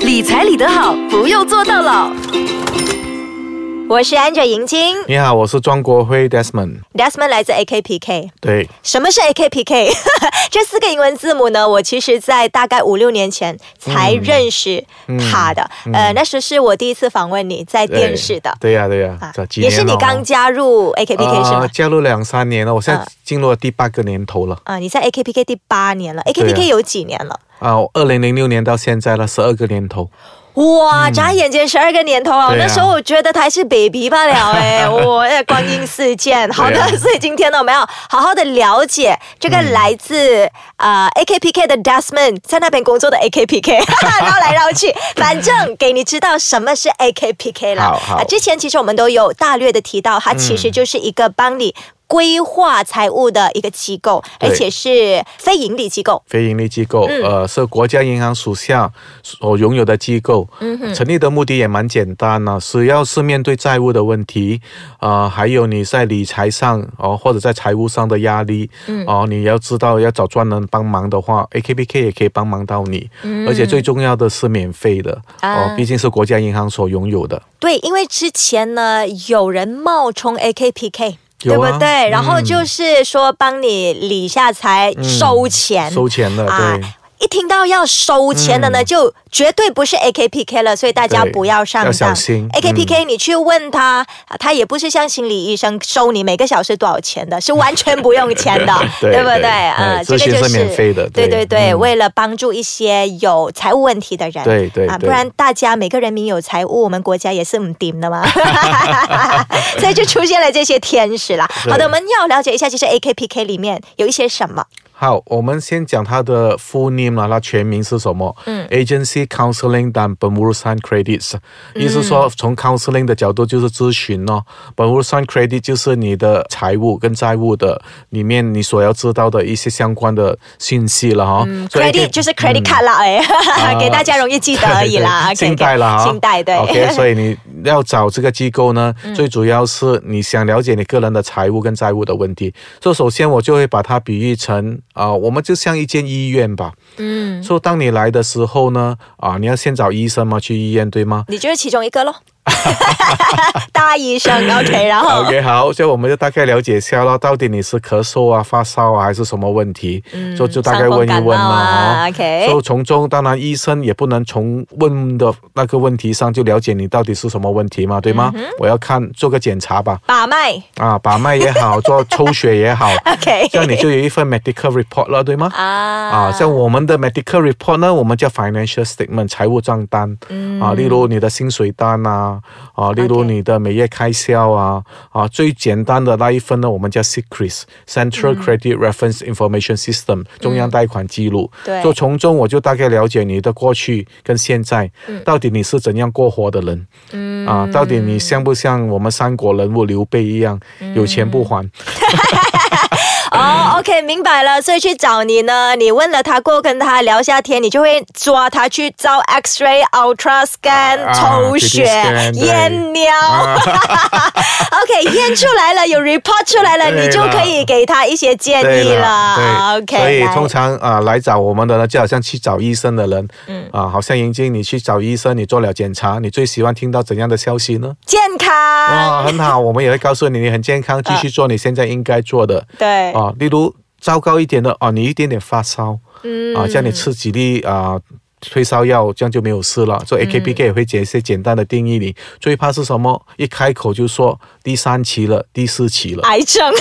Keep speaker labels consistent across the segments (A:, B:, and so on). A: 理财理得好，不用做到老。
B: 我是 Angel 银晶
C: 你好，我是庄国辉 Desmond。
B: ，Desmond 来自 AKPK。
C: 对，
B: 什么是 AKPK？这 四个英文字母呢？我其实，在大概五六年前才认识
C: 嗯
B: 他的。呃，那时是我第一次访问你在
C: 对
B: 电视的，
C: 对呀、对呀、
B: 啊
C: 这几
B: 也
C: 年
B: 是你
C: 了
B: 刚加入 AKPK 是
C: 啊、
B: 吗？
C: 加入两三年了，我现在
B: 啊
C: 进入了第八个年头了
B: 啊，你在 AKPK 第八年了
C: 对
B: ，AKPK
C: 啊
B: 有几年了？
C: 啊！我二零零六年到现在了十二个年头，
B: 哇，眨眼间十二个年头啊！
C: 对啊
B: 那时候我觉得他还是 baby 罢了哎、 我哎光阴似箭。好的，
C: 对啊嗯
B: 所以今天呢，我们要好好的了解这个来自、呃 AKPK 的 Desmond 在那边工作的 AKPK，绕来绕去，反正给你知道什么是 AKPK 了。
C: 好好嗯
B: 啊之前其实我们都有大略的提到，它其实就是一个帮你。规划财务的一个机构，
C: 对
B: 而且是非盈利机构。
C: 非盈利机构，
B: 嗯
C: 呃，是国家银行属下所拥有的机构。嗯、成立的目的也蛮简单呢、主要是面对债务的问题，呃，还有你在理财上哦、或者在财务上的压力，嗯，哦、你要知道要找专人帮忙的话，AKPK 也可以帮忙到你，嗯、而且最重要的是免费的哦、
B: 啊
C: 毕竟是国家银行所拥有的。
B: 对，因为之前呢，有人冒充 AKPK。对
C: 有
B: 不
C: 啊
B: 对？
C: 嗯
B: 然后就是说帮你理下财、收钱，
C: 收钱了，对。
B: 一听到要收钱的呢，就绝对不是 AKPK 了，所以大家
C: 嗯对
B: 不要上当。
C: 要小心，
B: AKPK，、你去问他，啊他也不是像心理医生收你每个小时多少钱的，是完全不用钱的
C: 对
B: 不
C: 对哎
B: 对？啊，
C: 对咨询是免费的
B: 对
C: 对
B: 对对，
C: 嗯
B: 为了帮助一些有财务问题的人，
C: 对对
B: 啊，不
C: 对
B: 然大家每个人民有财务，我们国家也是唔掂 的嘛， 所以就出现了这些天使啦。
C: 对
B: 好的，我们要了解一下，其实 AKPK 里面有一些什么。
C: 好，我们先讲它的 full name 啦，它全名是什么？嗯，Agency Counseling and Bermudan Credits，意思
B: 嗯
C: 说从 counseling 的角度就是咨询咯、Bermudan Credit 就是你的财务跟债务的里面你所要知道的一些相关的信息了哈、所以
B: 嗯
C: 嗯啊
B: credit 就是 credit card 啦，哎、 给大家容易记得而已啦。OK，OK，
C: 对信贷了哈，
B: 信贷对。 嗯
C: OK，所以你要找这个机构呢，最主要是你想了解你个人的财务跟债务的问题。所以首先我就会把它比喻成啊、我们就像一间医院吧。嗯。所以当你来的时候呢，啊、你要先找医生嘛，去医院对吗？
B: 你就是其中一 个喽， 大医生 OK，然后
C: OK，好，所以我们就大概了解一下咯，到底你是咳嗽啊、发烧啊，还是什么问题？嗯，就就大概问一
B: 伤风
C: 问
B: 感冒啊
C: 啦。
B: ，OK
C: 所以从中，当然医生也不能从问的那个问题上就了解你到底是什么问题嘛，对
B: 嗯
C: 吗？我要看做个检查吧，
B: 把脉
C: 啊，把脉也好，做抽血 也好
B: OK
C: 这样你就有一份 medical report 了，对吗？
B: 啊
C: 啊，像我们的 medical report 呢，我们叫 financial statement 财务账单，啊，例如你的薪水单啊，啊，例如
B: OK
C: 你的每月开销啊，啊，最简单的那一份呢，我们叫 CCRIS Central Credit Reference Information System、中央贷款记录，
B: 对
C: 就从中我就大概了解你的过去跟现在，到底你是怎样过活的人，啊，到底你像不像我们三国人物刘备一样，有钱不还？
B: 哦，OK，明白了。所以去找你呢，你问了他过后跟他聊下天，你就会抓他去照 X-ray、Ultra Scan、
C: 啊
B: 抽血
C: CT、scan，对
B: 验尿。
C: 啊
B: OK，验出来了，有 report 出来了，
C: 对了
B: 你就可以给他一些建
C: 对
B: 议
C: 了，
B: 了。OK，
C: 所以
B: 来
C: 通常啊、来找我们的呢，就好像去找医生的人，嗯啊、好像银晶，你去找医生，你做了检查，你最喜欢听到怎样的消息呢？
B: 健康。
C: 啊、很好，我们也会告诉你，你很健康，继续做你现在应该做的。
B: 啊对，
C: 啊、例如糟糕一点的啊、你一点点发烧，嗯啊、叫你吃几粒啊。退烧药这样就没有事了，
B: 嗯
C: 所以 AKPK 也会解一些简单的定义你。最怕是什么？一开口就说第三期了，第四期了。
B: 癌症。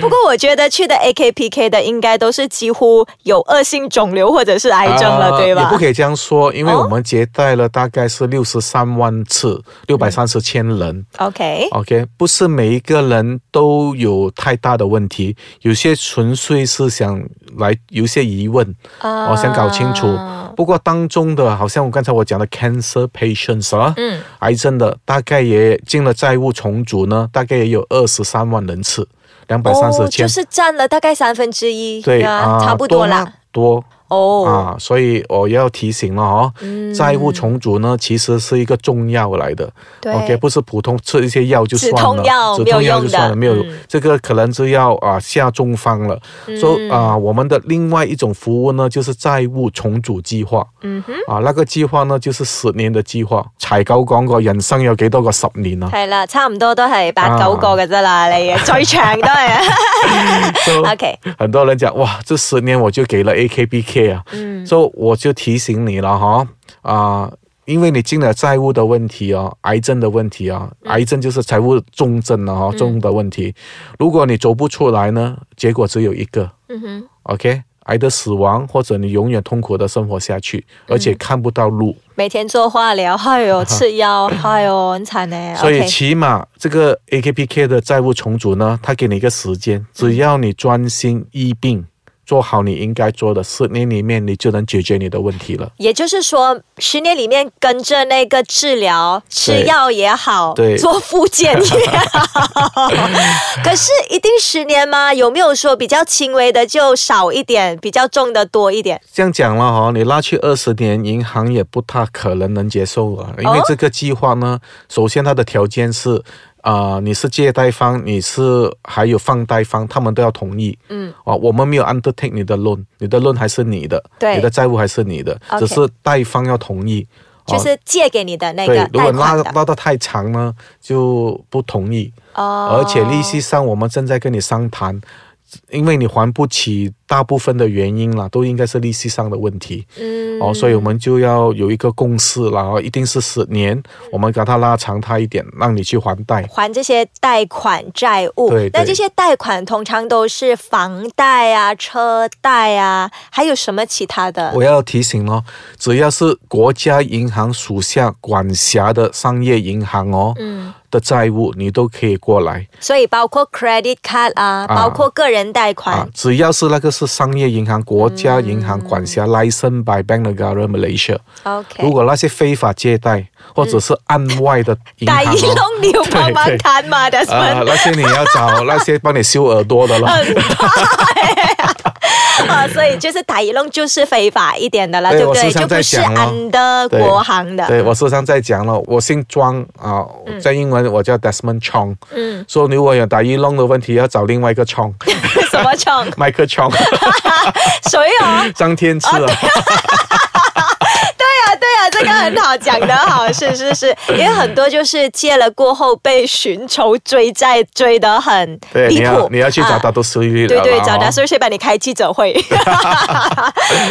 B: 不过我觉得去的 AKPK 的应该都是几乎有恶性肿瘤或者是癌症了，
C: 啊
B: 对吧？
C: 也不可以这样说，因为
B: 哦
C: 我们接待了大概是六十三万次，六百三十千人。
B: OK，
C: OK，不是每一个人都有太大的问题，有些纯粹是想来有一些疑问，
B: 啊
C: 我、想搞清楚。不过当中的，好像我刚才我讲的 cancer patients 啊，
B: 嗯，
C: 癌症的，大概也进了债务重组呢，大概也有二十三万人次，两百三十
B: 哦，
C: 千
B: 就，是占了大概三分之一，
C: 对
B: 啊差不多啦。
C: 多吗。多
B: 哦，嗯
C: 啊，所以我要提醒了哦，债务重组呢其实是一个中药来的
B: 对
C: ，OK，不是普通吃一些药就算了，
B: 止痛药
C: 止
B: 没有
C: 痛药
B: 用
C: 就
B: 的
C: 算了，没有
B: 嗯
C: 这个可能是要啊下中方了。所以啊，
B: 嗯
C: 我们的另外一种服务呢，就是债务重组计划。嗯哼，啊，那个計劃呢，就是十年嘅計劃。柴狗講過，人生有幾多個十 年啊？
B: 系啦，差唔多都系八九个嘅啫啦，你嘅最长都 系。
C: So，
B: OK，
C: 很多人讲哇，这十年我就给了 AKBK 啊，嗯，所以我就提醒你了哈啊。因为你进了债务的问题啊，癌症的问题啊，
B: 嗯
C: 癌症就是财务重症了哈、重的问题。如果你走不出来呢，结果只有一个，
B: 嗯哼，
C: OK，癌的死亡，或者你永远痛苦的生活下去，而
B: 嗯
C: 且看不到路。
B: 每天做化疗，哎呦，吃药，哎呦，很惨呢。
C: 所以
B: OK
C: 起码这个 AKPK 的债务重组呢，它给你一个时间，
B: 嗯
C: 只要你专心医病，做好你应该做的，十年里面你就能解决你的问题了。
B: 也就是说，十年里面跟着那个治疗，吃药也好，
C: 对
B: 做复健也 好，可是一定十年吗？有没有说比较轻微的就少一点，比较重的多一点？
C: 这样讲了哦，你拉去二十年，银行也不大可能能接受了，因为
B: 哦
C: 这个计划呢，首先它的条件是，啊，你是借贷方，你是还有放贷方，他们都要同意。嗯，啊，我们没有 undertake 你的 loan，你的 loan 还是你的，
B: 对
C: 你的债务还是你的，
B: OK
C: 只是贷方要同意。
B: 就
C: 哦
B: 是借给你的那
C: 对
B: 个，
C: 如果
B: 贷
C: 拉
B: 款的
C: 拉到太长呢，就不同意。
B: 哦
C: 而且利息上我们正在跟你商谈，因为你还不起，大部分的原因啦，都应该是利息上的问题。嗯，哦，所以我们就要有一个共识啦，哦一定是十
B: 嗯
C: 年，我们给它拉长它一点，让你去还贷。
B: 还这些贷款债务
C: 对对。
B: 那这些贷款通常都是房贷啊、车贷啊，还有什么其他的？
C: 我要提醒哦，只要是国家银行属下管辖的商业银行哦，嗯，的债务你都可以过来。
B: 所以包括 credit card 啊，
C: 啊
B: 包括个人贷款。
C: 啊，只要是那个是商业银行、国家银行管辖 license by Bank of Garda Malaysia，
B: 嗯 OK，
C: 如果那些非法借贷或者是案外的 银
B: 大
C: 行、
B: 一
C: 哦，
B: 弄你有帮忙看嘛的，
C: 啊、那些你要 找那些帮你修耳朵的了。
B: 啊，所以就是打一弄就是非法一点的了，
C: 对
B: 对不
C: 我
B: 对？
C: 时常
B: 就不
C: 在
B: 是
C: 讲哦
B: under
C: 对
B: 国行的。嗯
C: 对我时常在讲了，我姓庄啊，在英文我叫 Desmond Chong，嗯，说如果有打一弄的问题，要找另外一个 Chong，
B: 什么冲？
C: 麦克 Chong，
B: 所以哦，
C: 张天赐啊，
B: 对啊，对啊，这个很好，讲得好，是是是，因为很多就是借了过后被寻仇追债，追得很
C: 对，你
B: 离
C: 要
B: 谱。
C: 你要去找
B: 啊
C: 他都失利
B: 对
C: 了啦，
B: 对，找
C: 哦
B: 达叔 去帮你开记者会，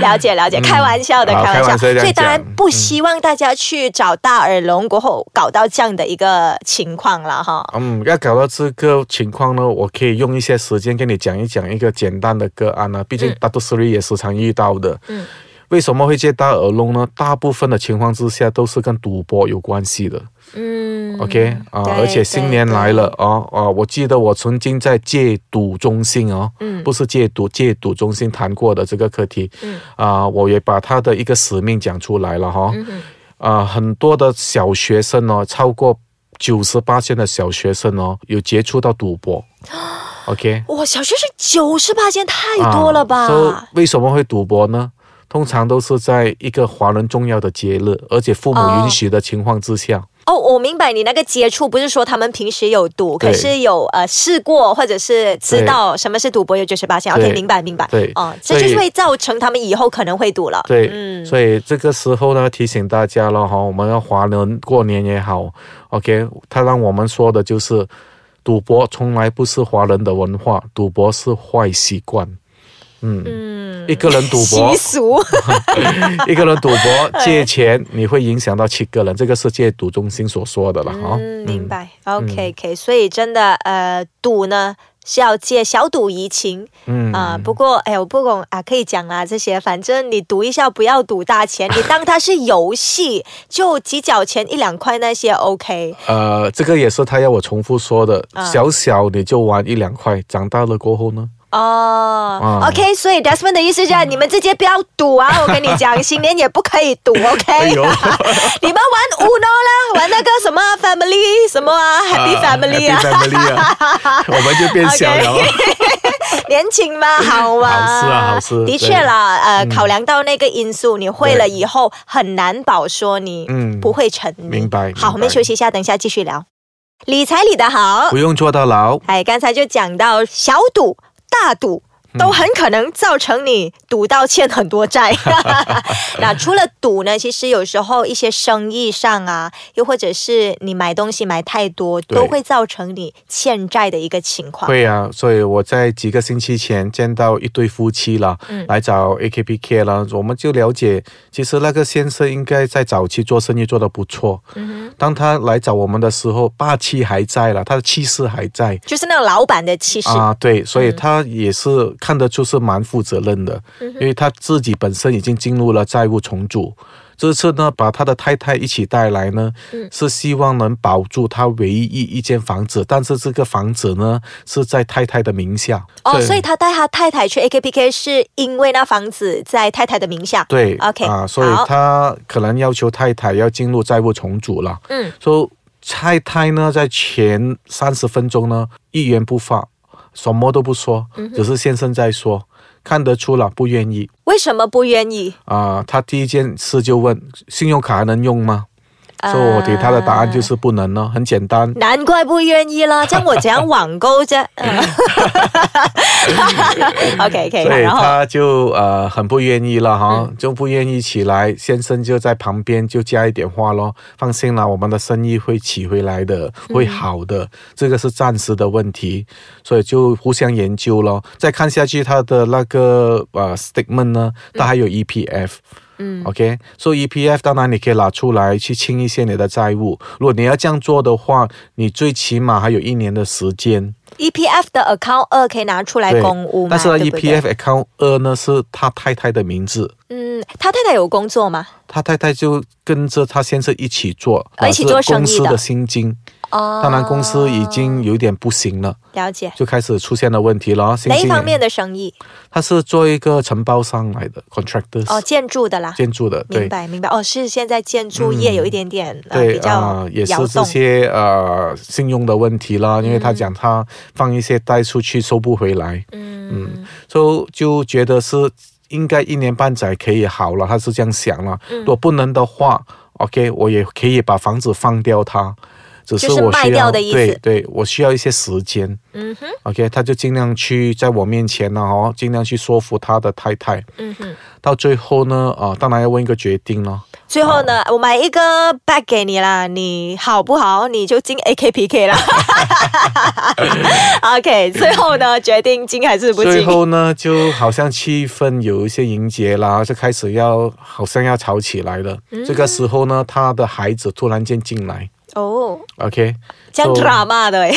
B: 了解了解，开玩笑的，
C: 好
B: 开
C: 嗯开
B: 玩
C: 玩
B: 笑，
C: 笑这样
B: 所以当然
C: 讲
B: 不希望大家去找大耳聋过后搞到这样的一个情况了哈。
C: 嗯，要搞到这个情况呢，我可以用一些时间跟你讲一讲一个简单的个案啊呢、毕竟大多数人也时常遇到的。嗯，为什么会借大耳窿呢？大部分的情况之下都是跟赌博有关系的。
B: 嗯
C: OK 啊，
B: 对
C: 而且新年来了哦啊，我记得我曾经在戒赌中心哦，
B: 嗯
C: 不是戒赌，戒赌中心谈过的这个课题，
B: 嗯
C: 啊，我也把他的一个使命讲出来了哈、啊，很多的小学生哦，超过九十八线的小学生哦，有接触到赌 博，OK，
B: 哇，小学生九十八间太多了吧？
C: 啊 so，为什么会赌博呢？通常都是在一个华人重要的节日，而且父母
B: 哦
C: 允许的情况之下。
B: 哦，我明白你那个接触，不是说他们平时有赌，
C: 对
B: 可是有呃试过或者是知道什么是赌博有九十八线。OK，
C: 对
B: 明白明白。
C: 对
B: 哦，
C: 所
B: 这
C: 以
B: 就是会造成他们以后可能会赌了。
C: 对，
B: 嗯
C: 所以这个时候呢，提醒大家了哈，我们要华人过年也好，OK，他让我们说的就是，赌博从来不是华人的文化，赌博是坏习惯。嗯，一个人赌博
B: 习，俗
C: 一个人 赌博借钱，你会影响到七个人，这个是戒赌中心所说的了哈。
B: 嗯，明白。OK OK，所以真的呃赌呢。是要戒小赌怡情
C: 嗯
B: 啊、不过哎呀，我不懂啊，可以讲啦，这些反正你赌一下，不要赌大钱，你当它是游戏，就几角钱一两块那些 OK。
C: 呃，这个也是他要我重复说的，
B: 啊
C: 小小你就玩一两块，长大了过后呢，
B: 哦、
C: 啊
B: o k 所以 Desmond 的意思就是你们直接不要赌啊！我跟你讲，新年也不可以赌，OK？、
C: 哎 呦
B: 你们玩 Uno 啦，玩那个什么 Family 什么啊，Happy
C: 啊
B: Family 啊
C: Happy Family 啊，我们就变小了哦。
B: 年轻 嘛，好嘛，
C: 好事啊好事
B: 的确
C: 对嗯
B: 啦，呃，考量到那个因素，你会了以后很难保说你
C: 嗯
B: 不会沉迷。
C: 明白
B: 好，我
C: 明白
B: 们休息一下，等一下继续聊。理财理得好
C: 不，用坐到牢，
B: 哎，刚才就讲到小赌、大赌。
C: 嗯
B: 都很可能造成你赌到欠很多 债。 那除了赌呢，其实有时候一些生意上啊，又或者是你买东西买太多，
C: 对
B: 都会造成你欠债的一个情况。
C: 会啊，所以我在几个星期前见到一对夫妻了，
B: 嗯
C: 来找 AKPK 了，我们就了解，其实那个先生应该在早期做生意做得不错，
B: 嗯
C: 当他来找我们的时候，霸气还在了，他的气势还在，
B: 就是那个老板的气势。
C: 啊，对，所
B: 嗯
C: 以他也是看得出是蛮负责任的，因为他自己本身已经进入了债务重组。这次呢，把他的太太一起带来呢，
B: 嗯
C: 是希望能保住他唯一一间房子，但是这个房子呢是在太太的名下。
B: 哦，所以他带他太太去 AKPK 是因为那房子在太太的名下。
C: 对
B: ，OK，
C: 啊，所以
B: 好
C: 他可能要求太太要进入债务重组了。
B: 嗯，
C: 所以太太呢，在前三十分钟呢，一言不发，什么都不说，只是先生在说，看得出了不愿意。
B: 为什么不愿意？，
C: 啊、他第一件事就问信用卡还能用吗？所以我给他的答案就是不能呢，很简单
B: 呃难怪不愿意 啦，这样我怎样网购啫嗯 ？OK OK，
C: 所以
B: 然后嗯
C: 他就呃很不愿意了哈，就不愿意起来。先生就在旁边就加一点话咯，放心啦，我们的生意会起回来的，
B: 嗯
C: 会好的，这个是暂时的问题，所以就互相研究咯。再看下去他的那个呃 statement 呢，他还有 EPF。嗯，OK，所、以 EPF 当然你可以拿出来去清一些你的债务。如果你要这样做的话，你最起码还有一年的时间。
B: EPF E 的 account 二可以拿出来
C: 对，
B: 公屋嘛？
C: 但是呢
B: 对
C: E
B: 不对
C: EPF account 二呢是他太太的名字，
B: 嗯，他太太有工作吗？
C: 他太太就跟着他先生一起做，
B: 哦一起做
C: 是
B: 生意的
C: 公司的薪金。
B: 哦，
C: 当然，公司已经有点不行了，
B: 了解
C: 就开始出现了问题了。哦薪
B: 哪
C: 金
B: 一
C: 也
B: 方面？的生意？
C: 他是做一个承包商来的 contractors，、
B: 哦，建筑的啦。
C: 建筑的，
B: 明
C: 对。嗯
B: 白明白哦，是现在建筑业有一点点、呃
C: 对
B: 比较
C: 啊、也是
B: 摇
C: 这
B: 动。
C: 些呃信用的问题啦，因为他讲他放一些贷出去收不回来，
B: 嗯，
C: 就就觉得是应该一年半载可以好了，他是这样想了。
B: 嗯
C: 如果不能的话，OK，我也可以把房子放掉它，只是
B: 就是
C: 我
B: 卖
C: 需
B: 掉
C: 要
B: 的意思
C: 对对，我需要一些时间。
B: 嗯哼，
C: OK，他就尽量去在我面前呢、哦，尽量去说服他的太太。
B: 嗯哼，
C: 到最后呢，啊、当然要问一个决定了。
B: 最后呢，我买一个 bag 给你啦，你好不好？你就进 AKPK 啦。OK，最后呢，决定进还是不
C: 最
B: 进？
C: 后呢，就好像气氛有一些凝结啦，就开始要好像要吵起来了。
B: 嗯
C: 这个时候呢，他的孩子突然间进来
B: 哦，
C: ，OK，
B: 这样
C: so-
B: drama 的、欸，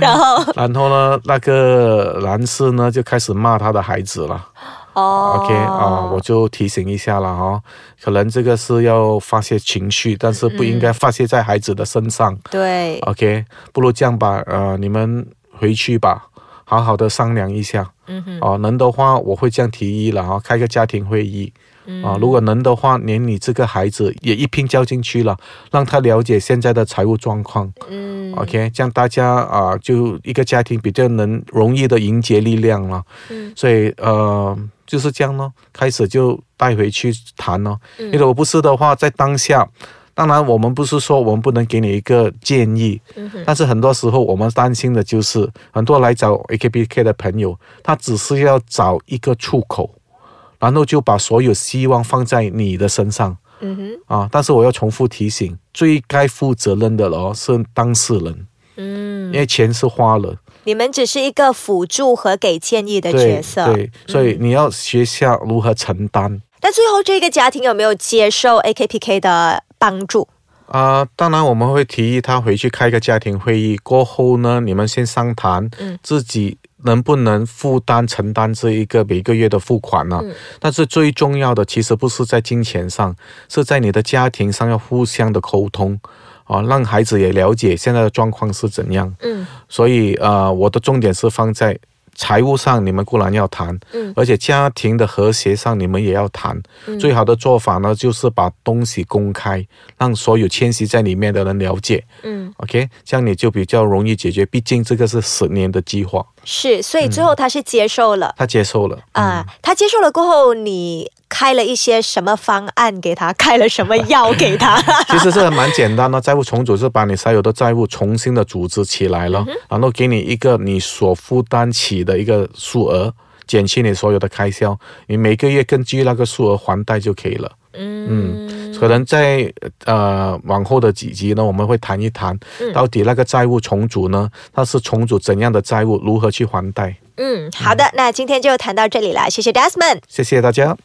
B: 然后
C: 然后呢，那个男士呢就开始骂他的孩子了。
B: 哦
C: OK 啊，我就提醒一下了哈、哦，可能这个是要发泄情绪，但是不应该发泄在孩子的身上。
B: 对
C: OK，不如这样吧，呃，你们回去吧，好好的商量一下。嗯哼，哦、能的话我会这样提议了哈、开个家庭会议。啊，如果能的话，连你这个孩子也一并叫进去了，让他了解现在的财务状况。嗯，OK，这样大家啊、就一个家庭比较能容易的凝结力量了。嗯，所以呃，就是这样咯，开始就带回去谈咯。你如果不是的话，在当下。当然，我们不是说我们不能给你一个建议，
B: 嗯
C: 但是很多时候我们担心的就是，很多来找 AKBK 的朋友，他只是要找一个出口，然后就把所有希望放在你的身上。
B: 嗯哼，
C: 啊，但是我要重复提醒，最该负责任的哦是当事人，
B: 嗯，
C: 因为钱是花了，
B: 你们只是一个辅助和给建议的角
C: 对
B: 色。
C: 对，所
B: 嗯
C: 以你要学下如何承担
B: 那最后这个家庭有没有接受 AKPK 的帮助？
C: 啊、当然，我们会提议他回去开个家庭会议，过后呢，你们先商谈，自己能不能负担承担这一个每个月的付款呢、但是最重要的其实不是在金钱上，是在你的家庭上要互相的沟通。啊，让孩子也了解现在的状况是怎样。
B: 嗯，
C: 所以呃，我的重点是放在财务上你们固然要谈，
B: 嗯
C: 而且家庭的和谐上你们也要谈。最好的做法呢，就是把东西公开，让所有迁徙在里面的人了解。
B: 嗯，
C: OK，这样你就比较容易解决，毕竟这个是十年的计划，
B: 是，所以最后他是接受了
C: 他接受了。
B: 啊、他接受了过后，你开了一些什么方案给他，开了什么药给他？
C: 其实这个蛮简单的，债务重组是把你所有的债务重新的组织起来了，然后给你一个你所负担起的一个数额，减去你所有的开销，你每个月根据那个数额还贷就可以了。嗯，可能在呃往后的几集呢，我们会谈一谈，到底那个债务重组呢，它是重组怎样的债务，如何去还贷？
B: 嗯，好的，那今天就谈到这里了，谢谢 Desmond。
C: 谢谢大家。